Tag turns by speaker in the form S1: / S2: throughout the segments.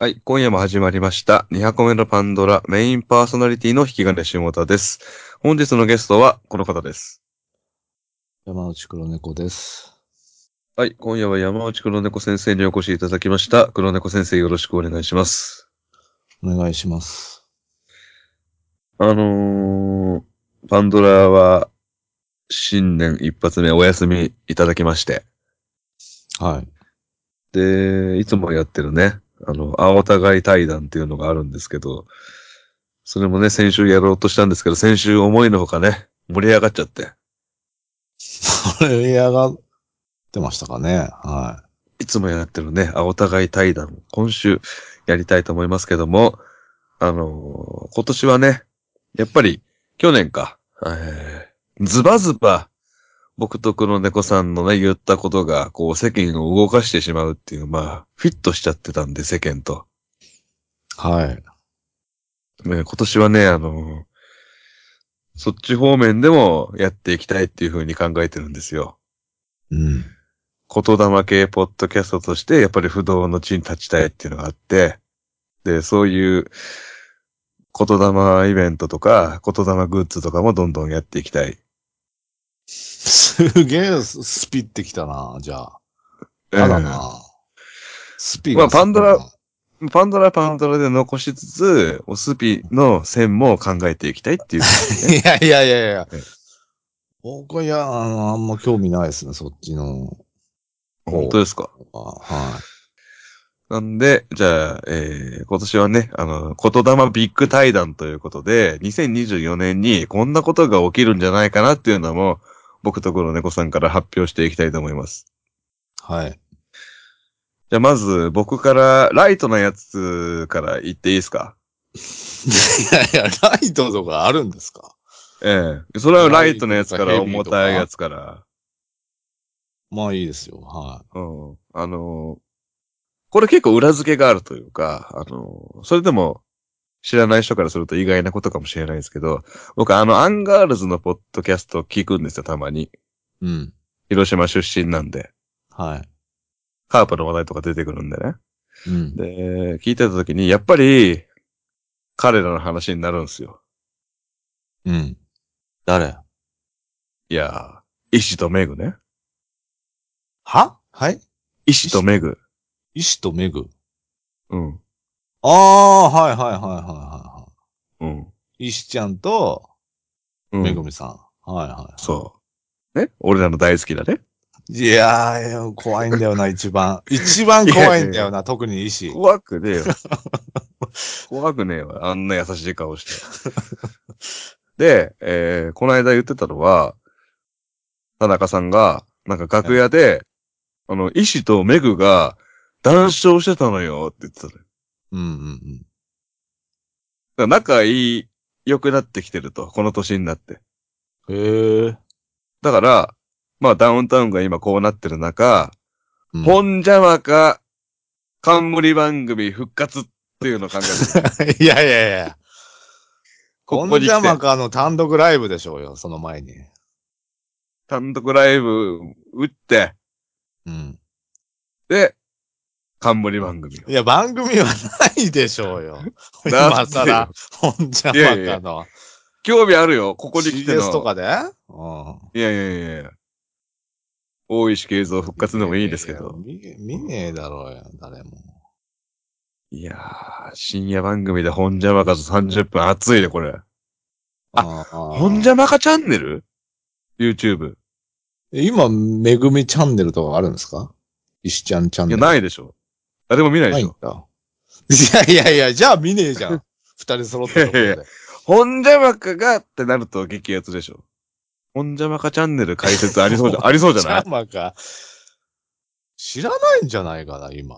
S1: はい、今夜も始まりました。200個目のパンドラ、メインパーソナリティの引き金下田です。本日のゲストはこの方です。
S2: 山内黒猫です。
S1: はい、今夜は山内黒猫先生にお越しいただきました。黒猫先生よろしくお願いします。
S2: お願いします。
S1: あのー、パンドラは新年一発目お休みいただきまして。
S2: はい。
S1: で、いつもやってるね、あの、あお互い対談っていうのがあるんですけど、それもね、先週やろうとしたんですけど、先週思いのほかね、盛り上がっちゃって。
S2: 盛り上がってましたかね。はい
S1: つもやってるね、あお互い対談、今週やりたいと思いますけども、あのー今年はね、やっぱり、去年か、えー、ズバズバ、僕と黒猫さんのね、言ったことが、こう、世間を動かしてしまうっていう、まあ、フィットしちゃってたんで、世間と。
S2: い。はい。
S1: ね、今年はね、あのーそっち方面でもやっていきたいっていうふうに考えてるんですよ。
S2: うん。
S1: 言霊系ポッドキャストとして、やっぱり不動の地に立ちたいっていうのがあって、で、そういう言霊イベントとか、言霊グッズとかもどんどんやっていきたい。
S2: すげえススピってきたな、じゃあ。あらな。スピが。
S1: まあパンドラ。えーパンドラはパンドラで残しつつ、おスピの線も考えていきたいっていう、ね。
S2: いやいやいやいや
S1: ええ。
S2: 僕はいや、あの、あんま興味ないですね、そっちの。
S1: 本当ですか
S2: はは
S1: なんで、じゃあ、えー、今年はね、あの、言霊ビッグ対談ということで、2024年にこんなことが起きるんじゃないかなっていうのも、僕とこの猫さんから発表していきたいと思います。
S2: い。はい。
S1: じゃあまず僕から、ライトなやつから言っていいですか
S2: いやいや、ライトとかあるんですか
S1: ええそれはライトなやつか
S2: ラ
S1: ら、
S2: イトとか
S1: 重たいやつから。
S2: まあいいですよ。は
S1: うん。あのーこれ結構裏付けがあるというか、あのーそれでも知らない人からすると意外なことかもしれないですけど、僕あの、アンガールズのポッドキャスト聞くんですよ、たまに。
S2: い。うん。
S1: 広島出身なんで。
S2: は
S1: カープの話題とか出てくるんでね。
S2: い。うん。
S1: で、聞いてた時に、やっぱり、彼らの話になるんですよ。
S2: うん。誰
S1: いやー、石とメグね。
S2: ははい
S1: 石とメグ。
S2: 石とメグ。
S1: うん。
S2: ああ、はいはいはいはいはいは
S1: うん。
S2: い。石ちゃんと、
S1: うん
S2: めぐみさん。はいは
S1: そう。ね俺らの大好きだね。
S2: い。いやー、怖いんだよな、一 番。一番怖いんだよな、特に石。
S1: 怖くねえよ。怖くねえわ。あんな優しい顔して。 で、えー、この間言ってたのは、田中さんが、なんか楽屋で、あの、医師とメグが談笑してたのよって言ってたのよ。だか
S2: うんうん
S1: ら仲いい、良くなってきてると。この年になって。
S2: うん。へえ。
S1: だから、まあダウンタウンが今こうなってる中、
S2: うん
S1: 本邪魔か、冠番組復活っていうのを考えて る
S2: いやいやいや。こん
S1: こに来
S2: 邪魔
S1: て、
S2: かの単独ライブでしょうよ、その前に。
S1: 単独ライブ打って、
S2: うん。
S1: で、冠番組を。
S2: いや、番組はないでし ょうよ。
S1: だ
S2: 今
S1: ってよ
S2: 更、本邪
S1: いやい
S2: 魔
S1: や
S2: かの。
S1: 興味あるよ、こ
S2: こ
S1: こに来ての。
S2: とかでう
S1: いやいやいやいや。大石慶三復
S2: ん。
S1: 活でもいいですけ
S2: やや
S1: ど。
S2: 見見ねえだろうよ、誰も。
S1: いやー、深夜番組で本邪魔かと30分熱いね、これ。
S2: あ、
S1: 本邪魔かチャンネル ?YouTube。
S2: 今、めぐみチャンネルとかあるんですか石ちゃんチャン
S1: い
S2: ネ
S1: や、
S2: ル。
S1: ないでしょ。あ、でも見ないで
S2: な
S1: し
S2: い
S1: ょ
S2: ん。だ。いやいやいや、じゃあ見ねえじゃん。二人揃ってるところ
S1: いや
S2: で
S1: いや本邪魔かがってなると激アツでしょ。本邪魔かチャンネル解説あり そうじゃ、ありそうじゃない
S2: 邪魔か。知らないんじゃないかな、今。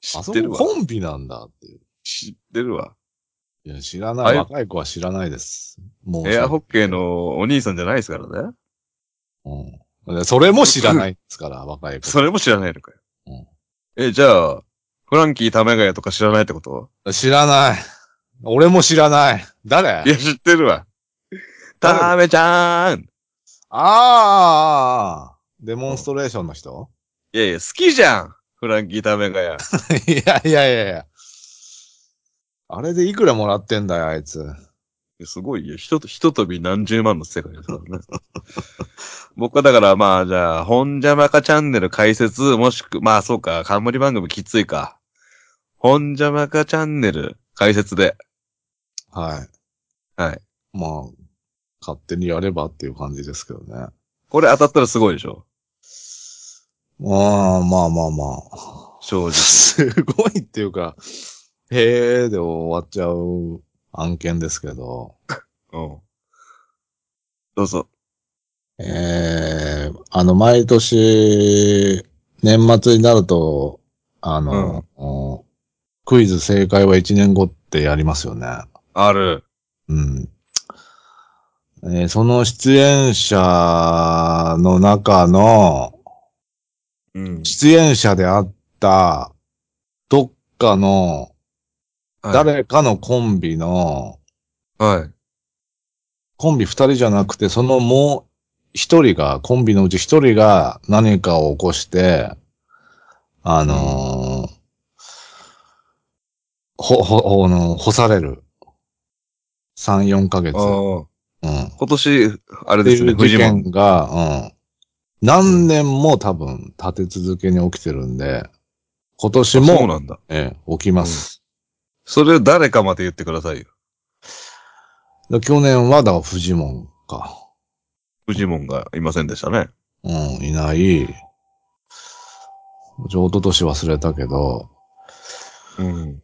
S1: 知
S2: あ
S1: っ
S2: そ
S1: てる
S2: こ
S1: わ。
S2: コンビなんだっていう。
S1: 知ってるわ。
S2: いや、知ら
S1: あ
S2: ない。
S1: れ
S2: 若い子は知らないです。もう。
S1: エアホッケーのお兄さんじゃないですからね。
S2: うん。それも知らないです から、若い子。
S1: それも知らないのかよ。
S2: うん
S1: え、じゃあ、フランキーためがやとか知らないってこと
S2: 知らない。俺も知らない。誰
S1: いや、知ってるわ。
S2: 誰
S1: ためちゃーん。
S2: あーあーあー、デモンストレーションの人
S1: いやいや、好きじゃん。フランキーダメがや。
S2: いやいやいやいや。あれでいくらもらってんだよ、あいつ。
S1: すごいよ。ひと、ひと飛び何十万の世界ですからね。 僕はだからまあ、じゃあ、本邪魔かチャンネル解説、もしく、まあそうか、冠番組きついか。本邪魔かチャンネル解説で。
S2: はい。
S1: はい。
S2: まあ、勝手にやればっていう感じですけどね。
S1: これ当たったらすごいでしょ。
S2: ああ、まあまあまあ。
S1: 正直。
S2: すごいっていうか、へえで終わっちゃう案件ですけど、
S1: うん。どうぞ。
S2: えー、あの、毎年、年末になると、あの、クイズ正解は1年後ってやりますよね。
S1: ある。
S2: うん。えーその出演者の中の、
S1: うん。
S2: 出演者であった、どっかの、
S1: はい
S2: 誰かのコンビの、
S1: はい。
S2: コンビ二人じゃなくて、そのもう一人が、コンビのうち一人が何かを起こして、あのーほ、ほ、あの、干される。三、四ヶ月。
S1: あ
S2: うん。
S1: あ。今年、あれ
S2: って
S1: です
S2: い
S1: ね、
S2: う事
S1: 藤本。
S2: 件が、うん。何年も多分立て続けに起きてるんで、今年
S1: あそう
S2: も、
S1: なんだ。
S2: ええ、起きます。
S1: それを誰かまで言ってくださいよ。
S2: で去年は、だからフジモンか。
S1: 藤本がいませんでしたね。
S2: うん、いない。上と年忘れたけど、
S1: うん。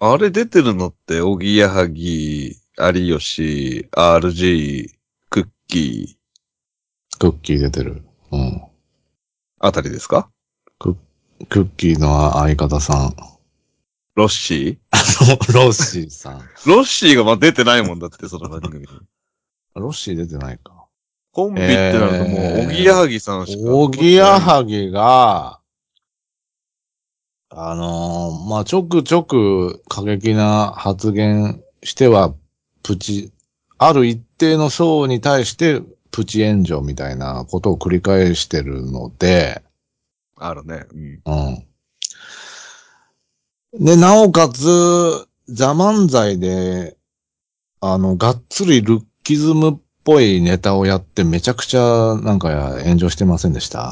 S1: あれ出てるのって、おぎやはぎ、有吉、RG、クッキー
S2: クッキー出てる。うん。
S1: あたりですか
S2: クッキーの相方さん。
S1: ロッシ
S2: ロッシーさん。
S1: ーロッシーがまあ出てないもんだって、その番 組に。
S2: ロッシー出てないか。
S1: コンビってなるともう、おぎやはぎさんしか。
S2: おぎやはぎが、あのーまあ、ちょくちょく過激な発言しては、プチ、ある一定の層に対して、プチ炎上みたいなことを繰り返してるので、
S1: あるね。うん。
S2: うん。で、なおかつ、ザ・漫才で、あの、がっつりルッキズムっぽいネタをやってめちゃくちゃなんか炎上してませんでした。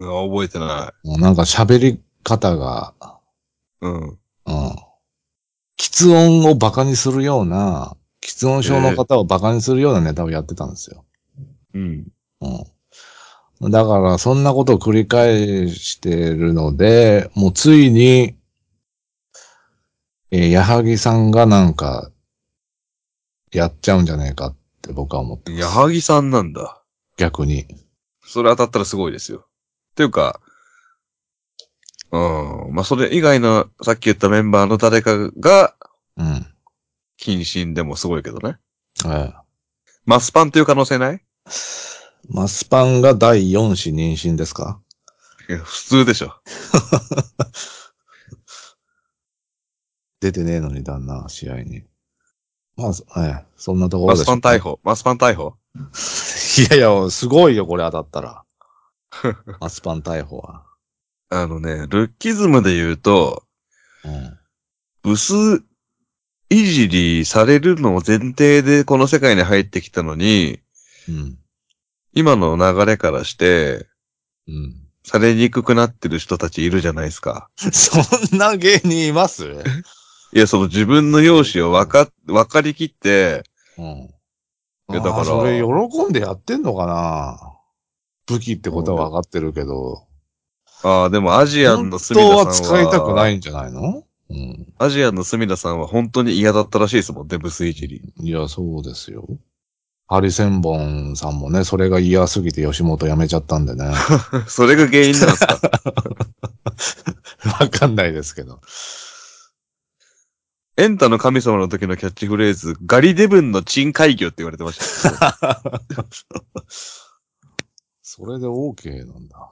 S1: あ覚えてない。
S2: もうなんか喋り方が、
S1: うん。
S2: うん。喫音をバカにするような、喫音症の方をバカにするようなネタをやってたんですよ。
S1: うん。
S2: うん。だから、そんなことを繰り返してるので、もうついに、えー矢作さんがなんか、やっちゃうんじゃねえかって僕は思って
S1: 矢作さんなんだ。
S2: 逆に。
S1: それ当たったらすごいですよ。っていうか、うん。まあ、それ以外の、さっき言ったメンバーの誰かが、
S2: うん。
S1: 謹慎でもすごいけどね。
S2: ええ
S1: マスパンという可能性ない
S2: マスパンが第4子妊娠ですか
S1: いや普通でしょ。
S2: 出てねえのに、旦那、試合に。まあ、そええ、そんなところ
S1: マ
S2: で
S1: ス
S2: しょ
S1: パン逮捕。マスパン逮捕。
S2: いやいや、すごいよ、これ当たっ たら。マスパン逮捕は。
S1: あのね、ルッキズムで言うと、
S2: うん。
S1: ブスいじりされるのを前提でこの世界に入ってきたのに、
S2: うん。
S1: 今の流れからして、
S2: うん。
S1: されにくくなってる人たちいるじゃないですか。
S2: そんな芸人いますう
S1: いや、その自分の容姿をわか、わかりきって、
S2: ん。
S1: いやだから
S2: あーそれ喜んでやってんのかな武器ってことは分かってるけど。
S1: ああ、でもアジアンの
S2: 本
S1: 隅田さん
S2: 当
S1: は。
S2: は使いたくないんじゃないのうん。
S1: アジアンの隅田さんは本当に嫌だったらしいですもんね、ブスいじり。
S2: いや、そうですよ。ハリセンボンさんもね、それが嫌すぎて吉本辞めちゃったんでね。
S1: それが原因なんですか
S2: わかんないですけ ど。
S1: エンタの神様の時のキャッチフレーズ、ガリデブンの珍海魚って言われてました。
S2: それで OK なんだ。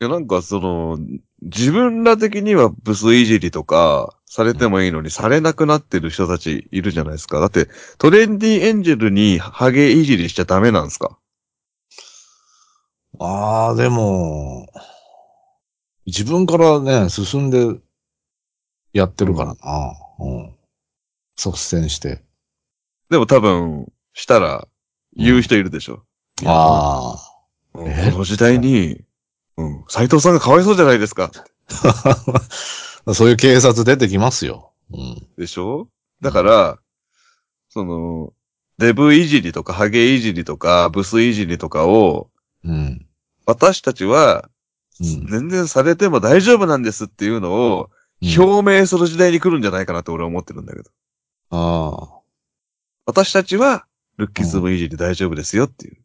S1: いや、なんかその、自分ら的にはブスいじりとか、されてもいいのに、されなくなってる人たちいるじゃないですか。だって、トレンディエンジェルにハゲいじりしちゃダメなんですか
S2: ああ、でも、自分からね、進んでやってるからな。うん。率先して。
S1: でも多分、したら、言う人いるでしょ。
S2: ああ。
S1: うん
S2: えー
S1: この時代に、うん、斎藤さんがかわいそうじゃないですか。
S2: そういう警察出てきますよ。うん。
S1: でしょだから、その、デブいじりとか、ハゲいじりとか、ブスいじりとかを、
S2: うん。
S1: 私たちは、
S2: うん。
S1: 全然されても大丈夫なんですっていうのを、表明する時代に来るんじゃないかなって俺は思ってるんだけど。
S2: あ
S1: 私たちは、ルッキズムいじり大丈夫ですよっていう。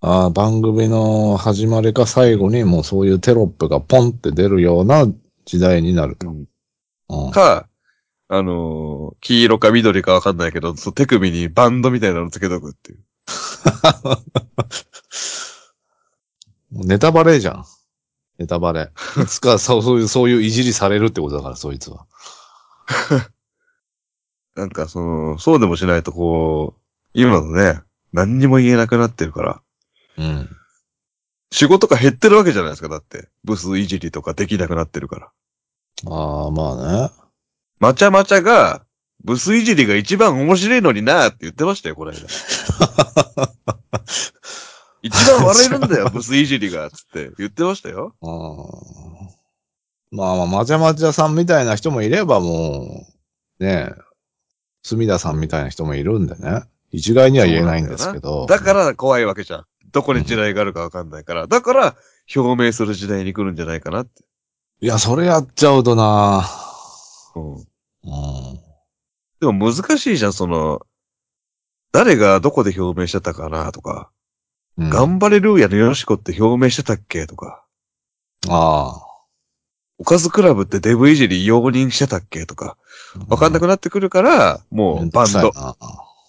S2: あ。ああ、番組の始まりか最後にもうそういうテロップがポンって出るような時代になると。うん。
S1: か、あのー黄色か緑かわかんないけど、そう手首にバンドみたいなのつけとくっていう。
S2: ネタバレじゃん。ネタバレ。いつかそうそういう、そういういじりされるってことだから、そいつは。
S1: なんかその、そうでもしないとこう、今のね、何にも言えなくなってるから。
S2: うん。
S1: 仕事が減ってるわけじゃないですか、だって。ブスいじりとかできなくなってるから。
S2: ああ、まあね。
S1: まちゃまちゃが、ブスいじりが一番面白いのになーって言ってましたよ、これ。一番笑えるんだよ、ブスいじりが、つって言ってましたよ。
S2: あーまあまあ、まちゃまちゃさんみたいな人もいればもう、ねえ、隅田さんみたいな人もいるんでね。一概には言えないんですけど。
S1: だから怖いわけじゃん。どこに地雷があるかわかんないから。だから、表明する時代に来るんじゃないかなって。
S2: いや、それやっちゃうとな
S1: うん。
S2: うん。
S1: でも難しいじゃん、その、誰がどこで表明してたかなとか、
S2: うん、
S1: 頑張れルーヤのよしこって表明してたっけとか、
S2: あ
S1: おかずクラブってデブいじり容認してたっけとか、
S2: あ。
S1: わかんな
S2: く
S1: くなってくるから、もうバンド、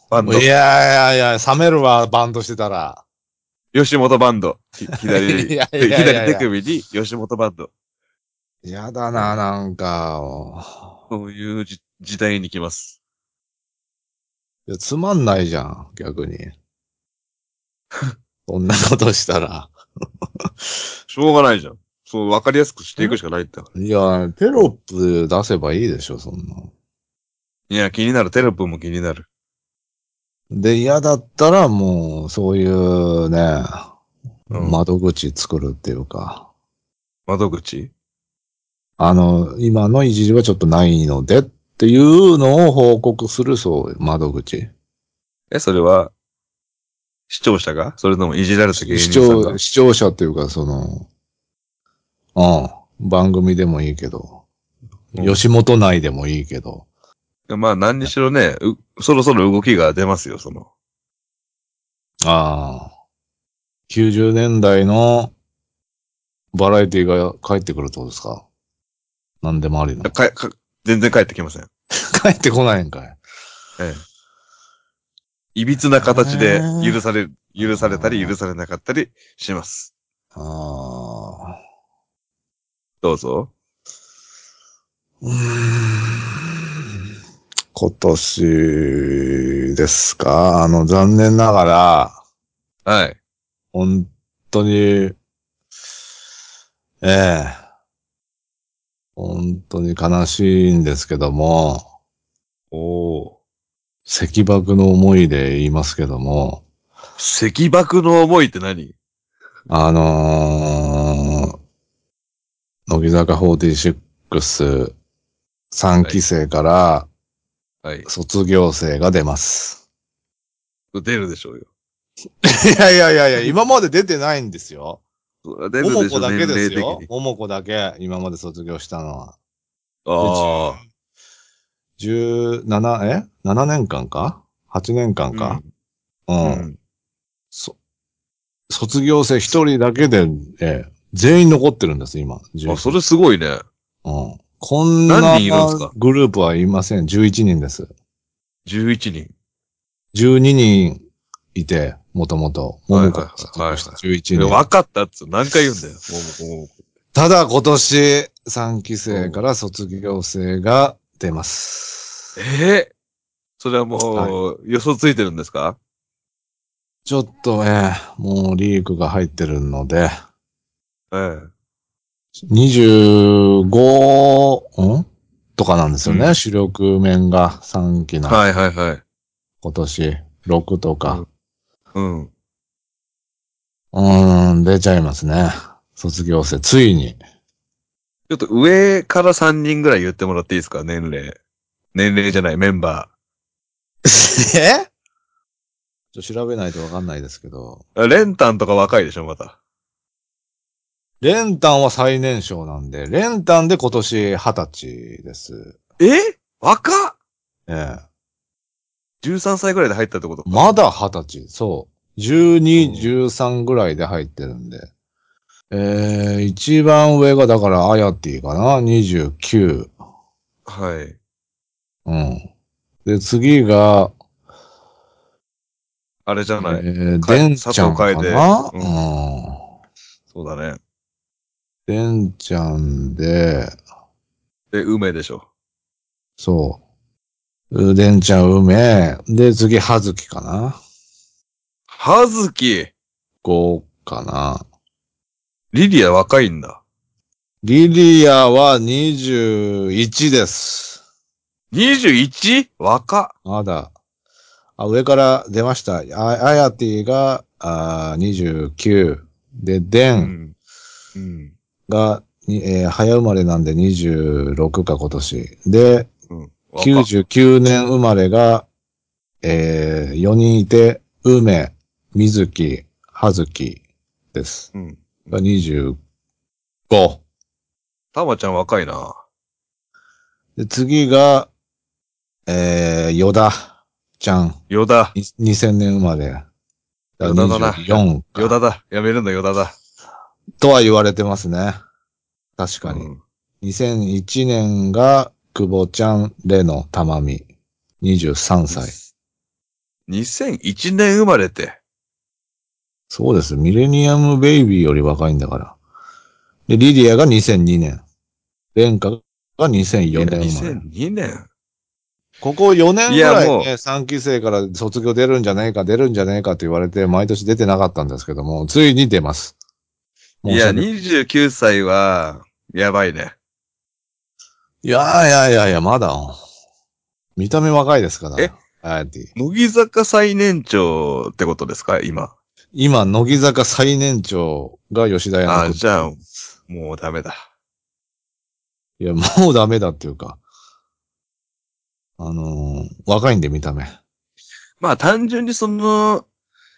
S1: バンド
S2: い、やいやいや、冷めるわ、バンドしてたら。
S1: 吉本バンド、ひ左、
S2: い
S1: で
S2: やいやいやいや
S1: 左手首に吉本バンド、
S2: やだな、なんか。
S1: そういうじ時代に来ます。
S2: いやつまんないじゃん、逆に。 そんなことしたら。
S1: しょうがないじゃん。そう、わかりやすくしていくしかないって。
S2: いや、テロップ出せばいいでしょ、そんな。
S1: いや、気になる。テロップも気になる。
S2: で、嫌だったらもう、そういうね、
S1: うん
S2: 窓口作るっていうか、
S1: 窓口
S2: あの、今のいじりはちょっとないのでっていうのを報告する、そう、窓口。
S1: え、それは、視聴者がそれともいじられた芸
S2: 視
S1: 人さんが
S2: 聴、視聴者っていうか、その、うん、番組でもいいけど、
S1: うん
S2: 吉本内でもいいけど、
S1: まあ、何にしろね、うそろそろ動きが出ますよ、その。
S2: ああ、90年代のバラエティが帰ってくるってことですか何でもありの。
S1: か、か、全然帰ってきません。
S2: 帰ってこないんかい。
S1: ええ。いびつな形で許される、許されたり許されなかったりします。
S2: ああ。
S1: どうぞ。
S2: うーん今年ですかあの、残念ながら、
S1: はい。
S2: 本当に、ええ本当に悲しいんですけども、
S1: おお。
S2: 赤爆の思いで言いますけども、
S1: 赤爆の思いって何
S2: あのー、乃木坂46、3期生から
S1: はい。
S2: 卒業生が出ます。
S1: 出るでしょうよ。
S2: いやいやいやいや、今まで出てないんですよ。
S1: 出る
S2: もも
S1: でしょ
S2: こだけです
S1: 年齢
S2: よ
S1: 的。に
S2: ももこだけ、今まで卒業したのは。
S1: ああ。
S2: 17、え ?7 年間か ?8 年間か、うん、
S1: うん。
S2: そ卒業生一人だけで、ええ全員残ってるんです、今。
S1: あ、
S2: 10
S1: それすごいね。
S2: うん、こんな
S1: 何人いるんですか
S2: グループはいません。11人です。
S1: 11人。
S2: 12人いて、もともと。ももこ
S1: はいはいはいはい
S2: 11
S1: いや
S2: 人。
S1: わかったっつう。何回言うんだよ。もう、もうも
S2: ただ今年、3期生から卒業生が出ます。
S1: うええそれはもう、予想ついてるんですか
S2: ちょっとね、もうリークが入ってるので、
S1: ええ。
S2: 25、んとかなんですよね、
S1: うん
S2: 主力面が3期の
S1: はいはいはい。
S2: 今年、6とか、
S1: うん。
S2: うーん、出ちゃいますね。卒業生、ついに。
S1: ちょっと上から3人ぐらい言ってもらっていいですか年齢。年齢じゃない、メンバ
S2: えちょっと調べないとわかんないですけど、
S1: ー。あレンタンとか若いでしょ、また。
S2: レンタンは最年少なんで、レンタンで今年20歳です。
S1: え若っ
S2: ええ
S1: !13 歳ぐらいで入ったってこと
S2: まだ二十歳、そう。12、
S1: うん
S2: 13ぐらいで入ってるんで。えー、一番上がだから、アヤティかな ?29。
S1: はい。
S2: うん。で、次が、
S1: あれじゃ
S2: え
S1: ない。
S2: ー、
S1: か
S2: デンちゃんか
S1: 佐藤
S2: な
S1: 楓そうだね。
S2: うん。デンちゃんで、
S1: で、梅でしょ。
S2: そう。うデンちゃん、梅。で、次、はずきかな
S1: はずき
S2: ?5 かな
S1: リリア若いんだ。
S2: リリアは21です。
S1: 21? 若っ
S2: まだ。あ、上から出ました。あアヤティが、あー29。で、デン
S1: ん。うん。
S2: が、にえー早生まれなんで26か今年。で、
S1: うん。若っ
S2: 99年生まれが、え4人いて、梅、水木、葉月です。
S1: うん。
S2: が25。
S1: たまちゃん若いな。
S2: で、次が、えー、ヨダちゃん。
S1: よだ。
S2: に2000年生まれ。だから
S1: ヨダだな
S2: 24か。
S1: よだだ。やめるんだ、よだだ。
S2: とは言われてますね。確かに。
S1: うん
S2: 2001年が、久保ちゃん、レノ、たまみ。23歳。
S1: 2001年生まれて。
S2: そうです。ミレニアムベイビーより若いんだから。で、リディアが2002年。レンカが2004年生まれ。
S1: 2002年。
S2: ここ4年ぐら
S1: いや
S2: い
S1: もう
S2: ね、3期生から卒業出るんじゃないか、出るんじゃないかと言われて、毎年出てなかったんですけども、ついに出ます。
S1: いや、
S2: 申し訳
S1: 29歳は、やばいね。
S2: いやいやいやいや、まだ。見た目若いですから。
S1: え
S2: アヤティ
S1: 乃木坂最年長ってことですか今。
S2: 今、乃木坂最年長が吉田屋
S1: あ、
S2: の。
S1: じゃあ、もうダメだ。
S2: いや、もうダメだっていうか。あのー若いんで見た目。
S1: まあ単純にその、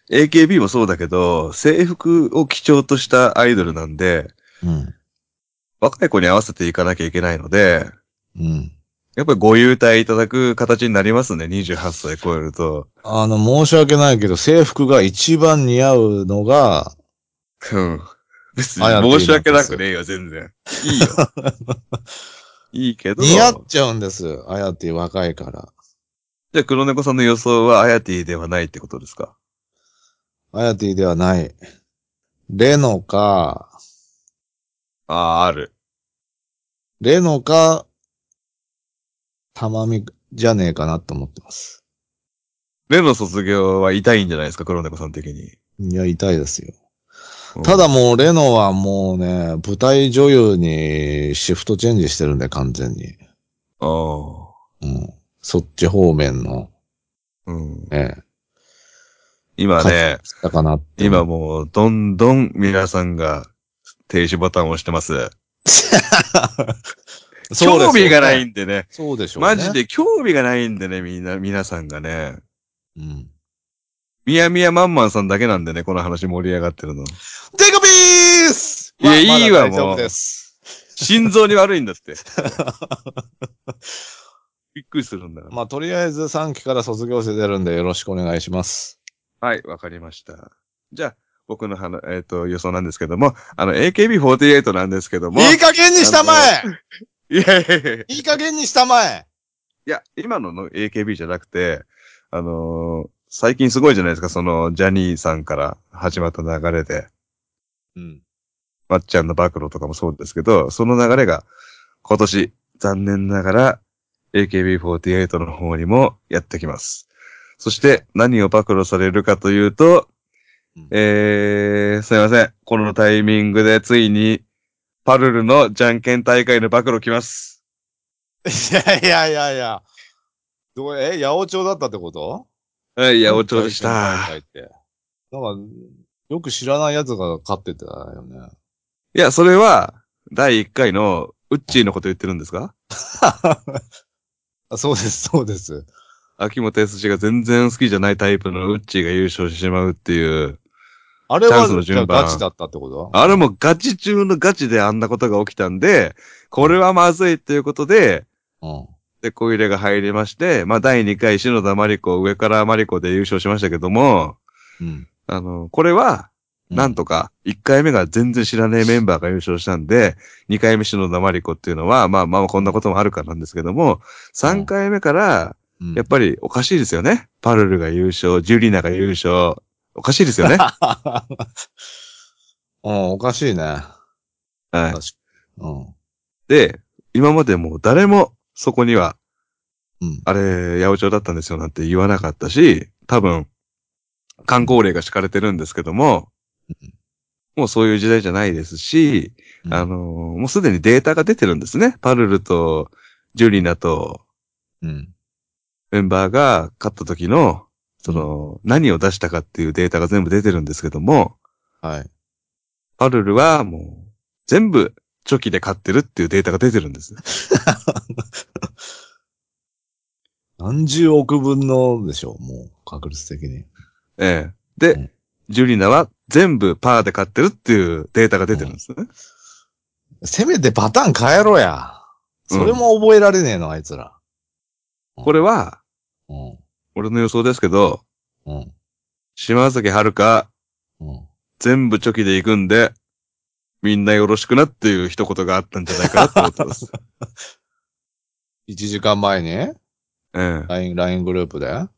S1: AKB もそうだけど、制服を基調としたアイドルなんで、
S2: うん。
S1: 若い子に合わせていかなきゃいけないので、
S2: うん。
S1: やっぱりご優待いただく形になりますね、28歳超えると。
S2: あの、申し訳ないけど、制服が一番似合うのが、
S1: うん。別に
S2: あやっていいんで
S1: 申
S2: す
S1: し訳なくねえよ、全然。いい よ。いいけど。
S2: 似合っちゃうんです。あやって若いから。
S1: じゃあ黒猫さんの予想はアヤティではないってことですか
S2: あやてィではない。レノか、
S1: ああ、ある。
S2: レノか、たまみじゃねえかなと思ってます。
S1: 例の卒業は痛いんじゃないですか、黒猫さん的に。
S2: いや、痛いですよ。
S1: うん
S2: ただ、もう、レノはもうね、舞台女優にシフトチェンジしてるんで、完全に。
S1: ああ。
S2: うん。そっち方面の、
S1: うん。
S2: ね、
S1: 今ね、
S2: だかなって。
S1: 今もう、どんどん皆さんが停止ボタンを押してます。
S2: そうですよね
S1: 興味がないんでね。
S2: そうでしょうね。
S1: マジ。で興味がないんでね、みんな、皆さんがね。
S2: うん。
S1: みやみやまんまんさんだけなんでね、この話盛り上がってるの。
S2: テイクピース
S1: いや
S2: まあ
S1: いいわ
S2: まだ大丈
S1: もう
S2: 夫です。
S1: 心臓に悪いんだ って。びっくりするんだから。
S2: まあ、とりあえず3期から卒業生出るんでよろしくお願いします。
S1: はい、わかりました。じゃあ、僕の話、えっ、と、予想なんですけども、あの、AKB48 なんですけども。
S2: いい加減にしたまえ
S1: いやいやいやいや
S2: いい加減にしたまえ
S1: いや、今のの AKB じゃなくて、あのー最近すごいじゃないですか、その、ジャニーさんから始まった流れで、
S2: うん。
S1: まっちゃんの暴露とかもそうですけど、その流れが、今年、残念ながら、AKB48 の方にもやってきます。そして、何を暴露されるかというと
S2: うん、
S1: えー、すいません。このタイミングでついに、パルルのじゃんけん大会の暴露来ます。
S2: いやいやいや。どうえ、八百長だったってこと
S1: はい、八
S2: 八
S1: 百長でした。。
S2: なんか、よく知らない奴が勝ってたよね。
S1: いや、それは、第1回の、ウッチーのこと言ってるんですか
S2: あそうです、 そうです。
S1: 秋元康が全然好きじゃないタイプのウッチーが優勝してしまうっていう。
S2: あれ
S1: チャ
S2: は
S1: ンスの
S2: じゃあ
S1: 順番
S2: ガチだったってこと
S1: あれもガチ中のガチであんなことが起きたんで、これはまずいっていうことで、
S2: うん。
S1: で、小入れが入りまして、まあ、第2回篠田麻里子、上から麻里子で優勝しましたけども、
S2: うん。
S1: あの、これは、なんとか、1回目が全然知らねえメンバーが優勝したんで、2回目篠田麻里子っていうのは、まあまあこんなこともあるからなんですけども、3回目から、
S2: うん、
S1: やっぱりおかしいですよね。パルルが優勝、ジュリーナが優勝、おかしいですよ ね。
S2: ぱ。うん、おかしいね。
S1: はい。
S2: うん。
S1: で、今までもう誰もそこには、
S2: うん。
S1: あれ、八百長だったんですよなんて言わなかったし、多分、観光令が敷かれてるんですけども
S2: うん、
S1: もうそういう時代じゃないですし、
S2: うん
S1: あのーもうすでにデータが出てるんですね。パルルとジュリナと
S2: うん。
S1: メンバーが勝った時の、その、何を出したかっていうデータが全部出てるんですけども、
S2: はい。
S1: パルルはもう、全部、チョキで勝ってるっていうデータが出てるんです。
S2: 何十億分のでしょう、もう、確率的に。
S1: ええ。
S2: う
S1: で
S2: ん、
S1: ジュリナは全部パーで勝ってるっていうデータが出てるんですね。
S2: せめてパターン変えろや。それも覚えられねえの、あいつら。
S1: これは、
S2: うん。
S1: 俺の予想ですけど、
S2: うん。
S1: 島崎遥香、
S2: うん。
S1: 全部チョキで行くんで、みんなよろしくなっていう一言があったんじゃないかなと思ってます。
S2: 1時間前に
S1: ええ。
S2: ?LINE、LINE グループであ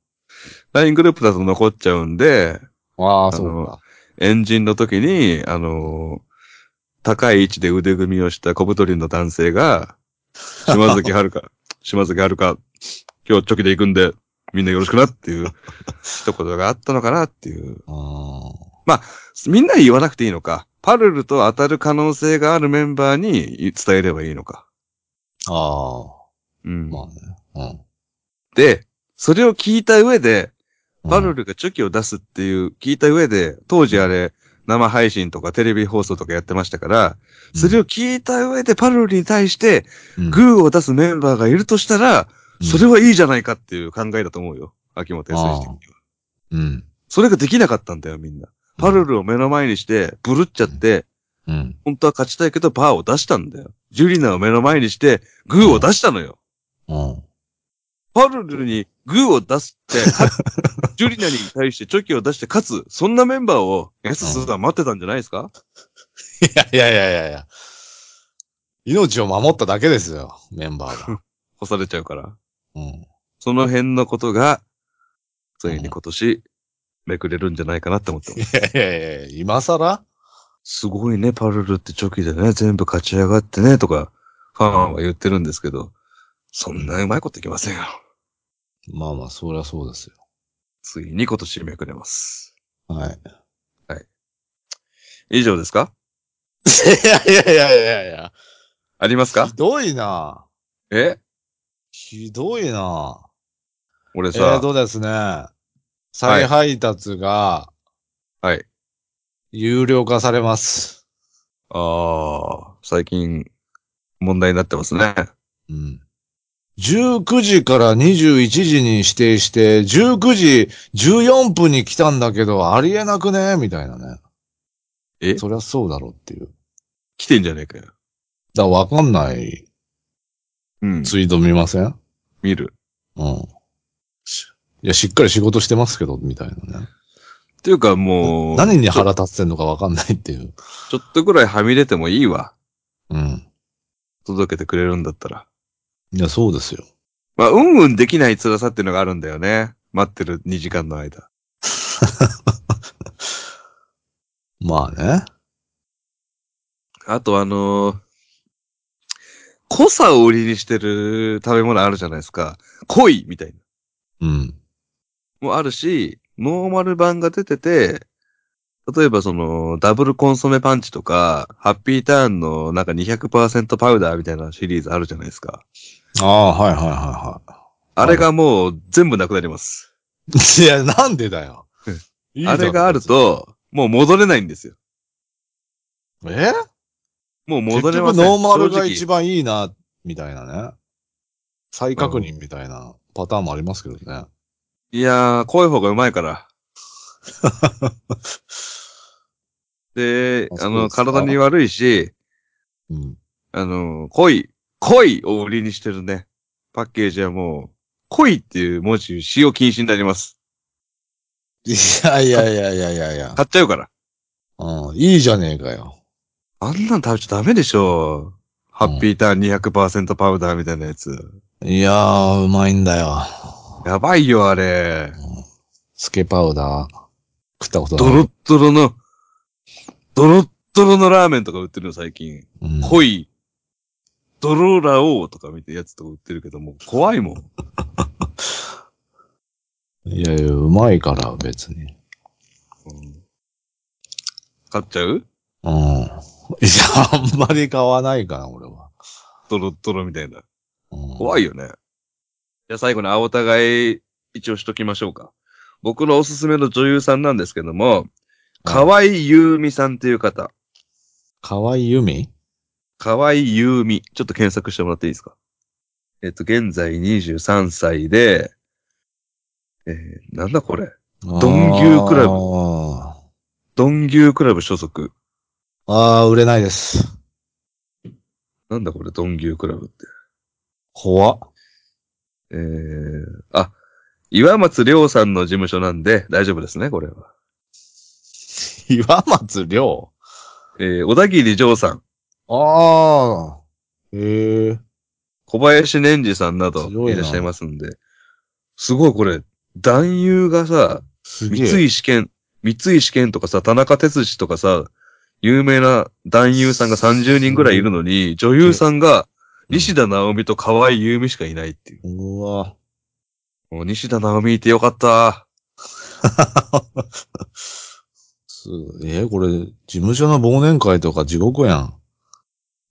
S1: LINE グループだと残っちゃうんで、
S2: あ、
S1: の
S2: そうか。
S1: エンジンの時に、あのー高い位置で腕組みをした小太りの男性 が、島崎遥香、島崎遥香、今日チョキで行くんで、みんなよろしくなって いう一言があったのかなっていう。
S2: う
S1: みんなに言わなくていいのか。パルルと当たる可能性があるメンバーに伝えればいいのか。
S2: ん。あ
S1: うん。
S2: あ、まあね。
S1: で、それを聞いた上で、
S2: うん。
S1: パルルがチョキを出すっていう、聞いた上で、当時あれ、生配信とかテレビ放送とかやってましたから、それを聞いた上でパルルに対して、
S2: うん、
S1: グーを出すメンバーがいるとしたら、
S2: うん
S1: それはいいじゃないかっていう考えだと思うよ。秋元康的には。
S2: うん。
S1: それができなかったんだよ、みんな。パルルを目の前にして、ブルっちゃって、
S2: うん。
S1: 本当は勝ちたいけど、パーを出したんだよ。ジュリナを目の前にして、グーを出したのよ。
S2: うん。
S1: パルルにグーを出すって、勝 つジュリナに対してチョキを出して勝つ、そんなメンバーを、エススが待ってたんじゃないですか
S2: いやいやいやいやいや。命を守っただけですよ、メンバーが。
S1: 干されちゃうから。
S2: うん。
S1: その辺のことが、ついに今年、めくれるんじゃないかなって思ってます。
S2: いやいやいや、今更
S1: すごいね、パルルってチョキでね、全部勝ち上がってね、とか、ファンは言ってるんですけど、そんなうまいこといきませんよ。
S2: まあまあ、そりゃそうですよ。
S1: ついに今年めくれます。
S2: はい。
S1: 以上ですか
S2: いやいやいやいやいや。
S1: ありますか
S2: ひどいな。
S1: え
S2: ひどいな。
S1: 俺
S2: え
S1: さ、
S2: ーとですね。再配達が
S1: はい。
S2: 有料化されます。
S1: ああ、最近問題になってますね。
S2: うん。19時から21時に指定して、19時14分に来たんだけど、ありえなくねみたいなね。
S1: え
S2: そりゃそうだろうっていう。
S1: 来てんじゃねえかよ。
S2: だからわかんない
S1: うん
S2: ツイート見ません
S1: 見る。
S2: うん。いや、しっかり仕事してますけど、みたいなね。
S1: っていうかもう、
S2: 何に
S1: ちょ
S2: 腹立ってんのかわかんないっていう。
S1: ちょっとぐらいはみ出てもいいわ。
S2: うん。
S1: 届けてくれるんだったら。
S2: いや、そうですよ。
S1: まあ、うんうんできない辛さっていうのがあるんだよね。待ってる2時間の間。
S2: まあね。
S1: あとあのー濃さを売りにしてる食べ物あるじゃないですか。濃いみたいな。
S2: うん。
S1: もあるし、ノーマル版が出てて、例えばその、ダブルコンソメパンチとか、ハッピーターンのなんか200%パウダーみたいなシリーズあるじゃないですか。
S2: ああ、はいはいは
S1: あれがもう全部なくなります。
S2: いはい。いや、なんでだよ。いいだ
S1: あ
S2: ろ
S1: れがある。と、もう戻れないんですよ。
S2: え
S1: もう戻
S2: 戻
S1: れ
S2: れ
S1: ま
S2: ま
S1: せん。
S2: ノーマルが
S1: 正直
S2: 一番いいな、みたいなね。再確認みたいなパターンもありますけどね。
S1: いやー、濃い方がうまい から。で
S2: あ、
S1: あ
S2: そう
S1: の、
S2: ですか
S1: 体に悪いし、
S2: うん。
S1: あの、濃い、濃いを売りにしてるね。パッケージはもう、濃いっていう文字、使用禁止になります。
S2: いやいやいやいやいやいや。
S1: 買っちゃうから。
S2: うん。いいじゃねえかよ。
S1: あんなん食べちゃダメでしょ。ハッピーターン200%パウダーみたいなやつ。
S2: いやー、うまいんだよ。
S1: やばいよ、あれ。
S2: スケパウダー、食ったこと
S1: ド
S2: ない。
S1: ロッドロの、ドロッドロのラーメンとか売ってるの、最近。
S2: うん
S1: 濃い、ドローラ王とか見てやつとか売ってるけど、もう怖いもん。
S2: いやいや、うまいから、別に。
S1: 買っちゃう
S2: うん。いや、あんまり買わないかな、俺は。
S1: ドロドロみたいな。
S2: うん、
S1: 怖い
S2: よ。
S1: よね。じゃあ最後に青互い一応しときましょうか。僕のおすすめの女優さんなんですけども、河合優美さんっていう方。
S2: かわいゆみ
S1: 河合優美。ちょっと検索してもらっていいですかえっと、現在23歳で、えーなんだこれドン牛クラブ
S2: あー
S1: ドン牛クラブ所属。
S2: あー、売れないです。
S1: なんだこれドン牛クラブって。
S2: 怖っ。
S1: えー、あ、岩松亮さんの事務所なんで大丈夫ですね、これは。
S2: 岩松亮
S1: えー、小田切丈さん、
S2: ああ。へえ。
S1: 小林年次さんなど
S2: 強い
S1: い
S2: な
S1: らっしゃいますんで。すごいこれ、男優がさ、
S2: す
S1: 三
S2: げえ。
S1: 井試験、三井試験とかさ、田中哲司とかさ、有名な男優さんが30人ぐらいいるのに、女優さんが西田直美と河合優美しかいないっていう。
S2: うわ。
S1: もう西田直美いてよかった。
S2: すえー、これ、事務所の忘年会とか地獄やん。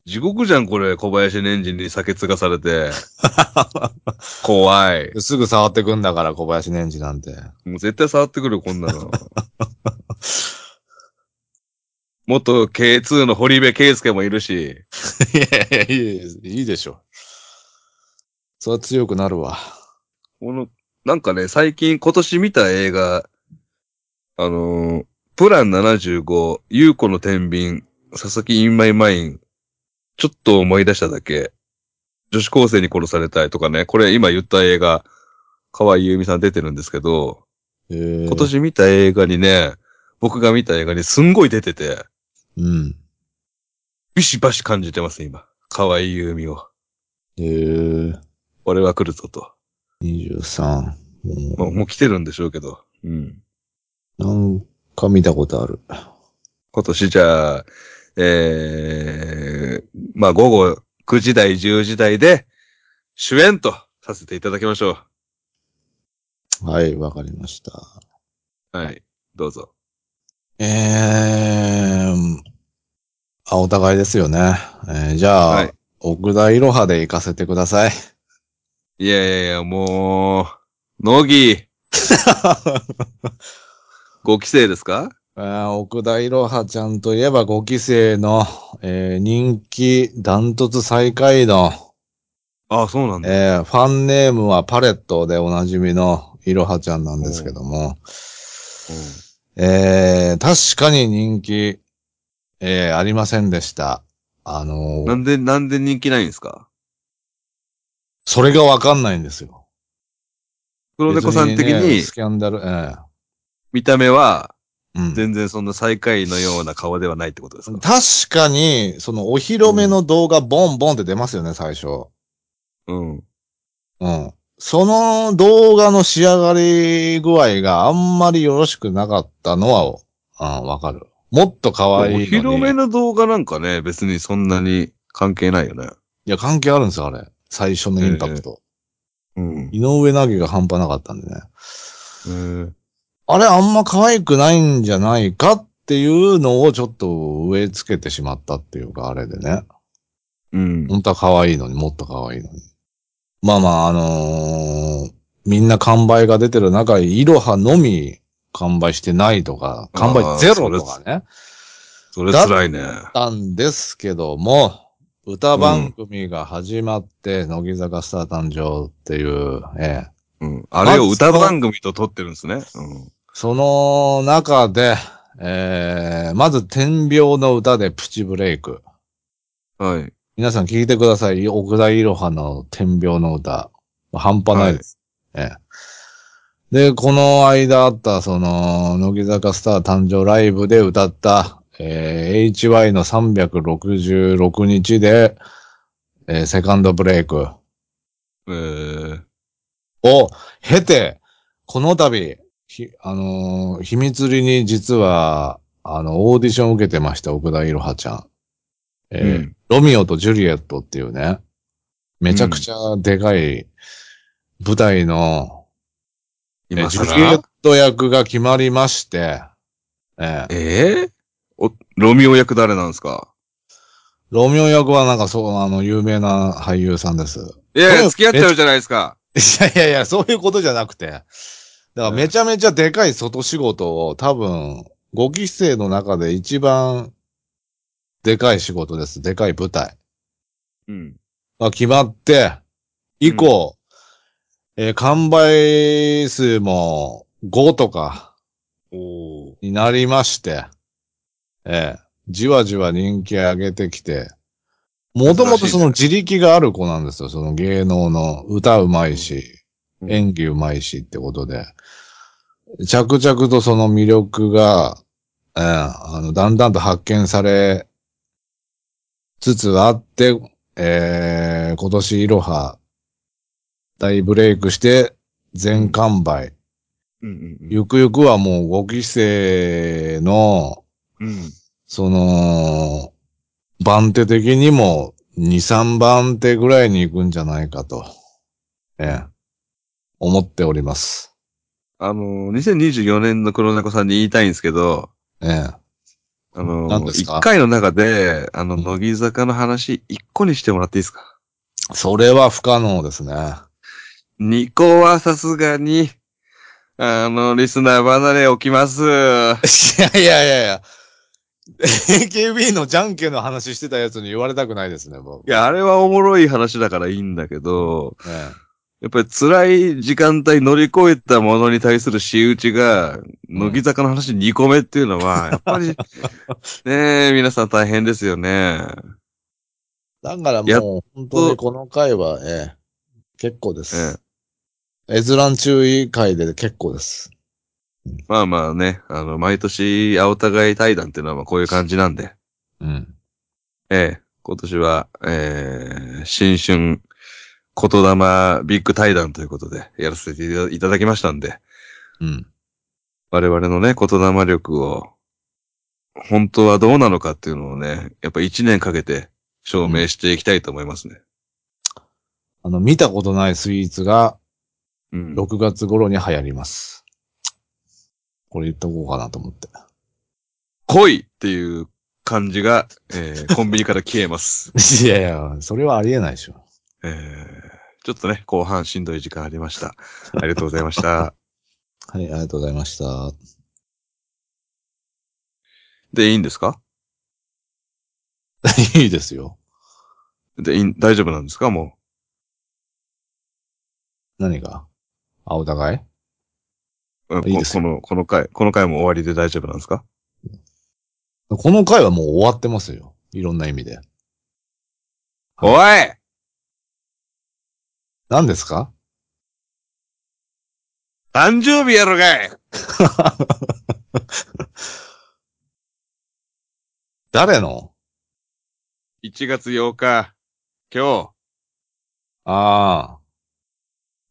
S1: 地獄じゃん、これ、小林年次に酒継がされて。怖い。
S2: すぐ触ってくんだから、小林年次なんて。
S1: もう絶対触ってくる、こんなの。元 K2 の堀部圭介もいるし、
S2: いやいや、いい、いいでしょ。それは強くなるわ。
S1: この、なんかね、最近今年見た映画、あのープラン75、優子の天秤、佐々木インマイマイン、ちょっと思い出しただけ、女子高生に殺されたいとかね、これ今言った映画、河合優美さん出てるんですけど、
S2: えー、
S1: 今。年見た映画にね、僕が見た映画にすんごい出てて、
S2: うん。
S1: ビシバシ感じてます、今。河合優美を。
S2: えー、
S1: 俺は来るぞと。
S2: 23。
S1: も
S2: も
S1: うもう来てるんでしょうけど。うん。
S2: うなんか見たことある。
S1: 今年じゃあ、えー、まあ午後9時台、10時台で主演とさせていただきましょ
S2: はい、わかりました。
S1: う。はい。どうぞ。
S2: えー、あ、お互いですよね。えーじゃあ、
S1: はい
S2: 奥田いろはで行かせてください。
S1: いやいやいや、もう、乃木、5期生ですか
S2: えー奥田いろはちゃんといえば5期生の、えー人気ダントツ最下位の、
S1: ああ、そうなんだ。
S2: えーファンネームはパレットでおなじみのいろはちゃんなんですけども、えー確かに人気、えーありませんでした。あのー
S1: なんで、なんで人気ないんですか
S2: それがわかんないんですよ。
S1: 黒猫さん的
S2: 別ね
S1: に
S2: スキャンダル、え
S1: 見た目は
S2: えうん
S1: 全然そんな最下位のような顔ではないってことですか
S2: 確かに、そのお披露目の動画ボンボンって出ますよね、最初。
S1: うん。
S2: うん。その動画の仕上がり具合があんまりよろしくなかったのは、うん、わかる。もっと可
S1: お
S2: 愛いのに。
S1: 披露目の動画なんかね、別にそんなに関係ないよね。
S2: いや、関係あるんですよ、あれ。最初のインパクト。
S1: うん。
S2: 井上凪が半端なかったんでね。
S1: うん
S2: あれ、あんま可愛くないんじゃないかっっていうのをちょっと植え付けてしまったっていうか、あれでね。
S1: うん。
S2: 本当は可愛いのに、もっと可愛いのに。まあまあ、あのーみんな完売が出てる中、イロハのみ完売してないとか、完売ゼロとかね。
S1: それ辛いね。
S2: だったんですけども、歌番組が始まって、乃木坂スター誕生っていう、ええ
S1: うん。あれを歌番組と撮ってるんですね。うん。
S2: その中で、ええまず天秤の歌でプチブレイク。
S1: はい。
S2: 皆さん聞いてください。奥田いろはの天秤の歌。半端ないです。ええで、この間あった、その、乃木坂スター誕生ライブで歌った、えー HY の366日で、えーセカンドブレイク
S1: えー、
S2: を経て、この度、ひあのー秘密裏に実は、あの、オーディションを受けてました、奥田いろはちゃん。えー
S1: うん
S2: ロミオとジュリエットっていうね、めちゃくちゃでかい舞台の、えー
S1: 今
S2: ジュリエッ
S1: 更
S2: ト役が決まりまして、えー
S1: えー、お、ロミオ役誰なんですか
S2: ロミオ役はなんかそう、あの、有名な俳優さんです。
S1: いやい
S2: そ
S1: や、
S2: う
S1: 付き合っちゃうじゃないですか。
S2: いやいやいや、そういうことじゃなくて。だからめちゃめちゃでかい外仕事を多分、ご期生の中で一番でかい仕事です。でかい舞台
S1: うん。
S2: が決まって、以降、えー完売数も5とか
S1: おー。
S2: になりまして、えーじわじわ人気上げてきて、もともとその自力がある子なんですよ。その芸能の歌うまいし。
S1: うん
S2: 演技うまいしってことで、着々とその魅力が、うん、あの、だんだんと発見されつつあって、えー、今年いろは大ブレイクして全完売。
S1: うんうん
S2: ゆくゆくはもうご期生の、
S1: うん。
S2: その、番手的にも2、3番手ぐらいに行くんじゃないかと、ええ、思っております。
S1: あのー、2024年の黒猫さんに言いたいんですけど、
S2: ええ。
S1: あの
S2: 何
S1: ー、
S2: です
S1: 一
S2: か
S1: 回の中で、あの、乃木坂の話、一個にしてもらっていいですか
S2: それは不可能ですね。
S1: 二個はさすがに、あの、リスナー離れ起きます。
S2: いやいやいやいや。AKB のジャンケンの話してたやつに言われたくないですね、僕。
S1: いや、あれはおもろい話だからいいんだけど、
S2: ええ
S1: やっぱり辛い時間帯乗り越えたものに対する仕打ちが、乃木坂の話2個目っていうのは、やっ ぱり、ねえ、皆さん大変ですよね。
S2: だから
S1: やっ
S2: もう、本当にこの回は、ええ、結構で
S1: え
S2: す。閲覧注意会で結構です。
S1: まあまあね、あの、毎年、青互い対談っていうのはまあこういう感じなんで、
S2: うん。
S1: ええ、今年は、ええ、新春、言霊ビッグ対談ということで、やらせていたいただきましたんで、
S2: うん。
S1: 我々のね、言霊力を、本当はどうなのかっていうのをね、やっぱ一年かけて証明していきたいと思いますね。
S2: あの、見たことないスイーツが
S1: うん。
S2: 6月頃に流行ります。これ言っとこうかなと思って。
S1: 来いっていう感じが、えーコンビニから消えます。
S2: いやいや、それはありえないでしょ。
S1: えーちょっとね、後半しんどい時間ありました。ありがとうございました。
S2: はい、ありがとうございました。
S1: で、いいんですか
S2: いいですよ。
S1: で、いいん大丈夫なんですかも。
S2: 何があ、お互いう
S1: うん
S2: いいです
S1: ここの、この回、この回も終わりで大丈夫なんですか
S2: この回はもう終わってますよ。いろんな意味で。
S1: おい
S2: 何ですか
S1: 誕生日やろがい
S2: 誰の
S1: !1 月8日、今日、
S2: ああ。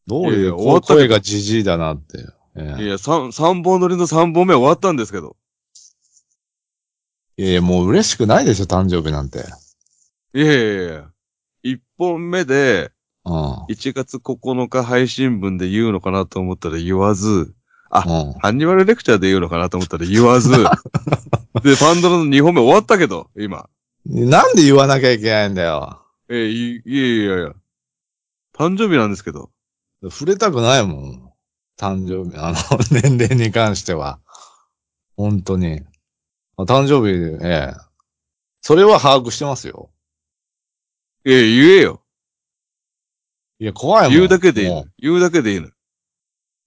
S2: どう
S1: いやい
S2: い
S1: や
S2: う
S1: 終わったけど
S2: 声がじじいだなって。ええ
S1: いや、三、三本撮りの三本目終わったんですけど。
S2: いやいや、もう嬉しくないでしょ、誕生日なんて。
S1: いやいやいや。一本目で、
S2: うん。
S1: 1月9日配信分で言うのかなと思ったら言わず、
S2: うん。
S1: ハンニバルレクチャーで言うのかなと思ったら言わ ず、で、パンドラの2本目終わったけど、今。
S2: なんで言わなきゃいけないんだよ。
S1: えーい、いやいやいや。誕生日なんですけど。
S2: 触れたくないもん。誕生日、あの、 年齢に関しては。本当に。あ誕生日、ええ。それは把握してますよ。
S1: えー言えよ。
S2: いや、怖いもん。
S1: 言うだけでいいの
S2: も。
S1: 言うだけでいいの。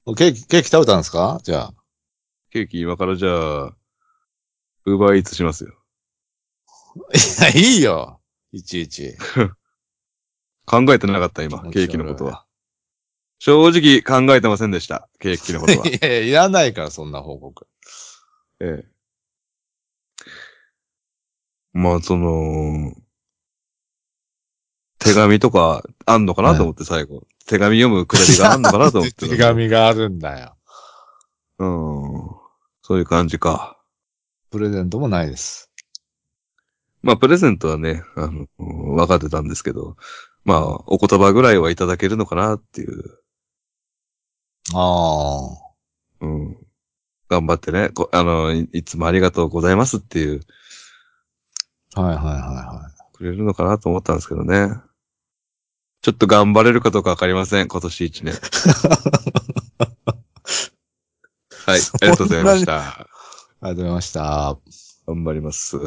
S2: うケーキ、ケーキ食べたんですかじゃあ。
S1: ケーキ今からじゃあ、ウーバーイーツしますよ。
S2: いや、いいよ。いちいち。
S1: 考えてなかった今、
S2: 気持ち悪
S1: ケ
S2: い
S1: ーキのことは。正直考えてませんでした。ケーキの ことは。
S2: いやいや、いらないから、そんな報告。
S1: ええ。まあ、その、手紙とかあんのかなと思って最後。手紙読むくだりがあんのかなと思って。
S2: 手。紙があるんだよ。
S1: うん。そういう感じか。
S2: プレゼントもないです。
S1: まあ、プレゼントはね、あの、分かってたんですけど、まあ、お言葉ぐらいはいただけるのかなっていう。
S2: ああ。
S1: うん。頑張ってね、こあのい、いつもありがとうございますっていう、
S2: はいはいはいは
S1: くれるのかなと思ったんですけどね。ちょっと頑張れるかどうかわかりません、今年一年。はい、ありがとうございました。
S2: い。ありがとうございました。
S1: 頑張ります。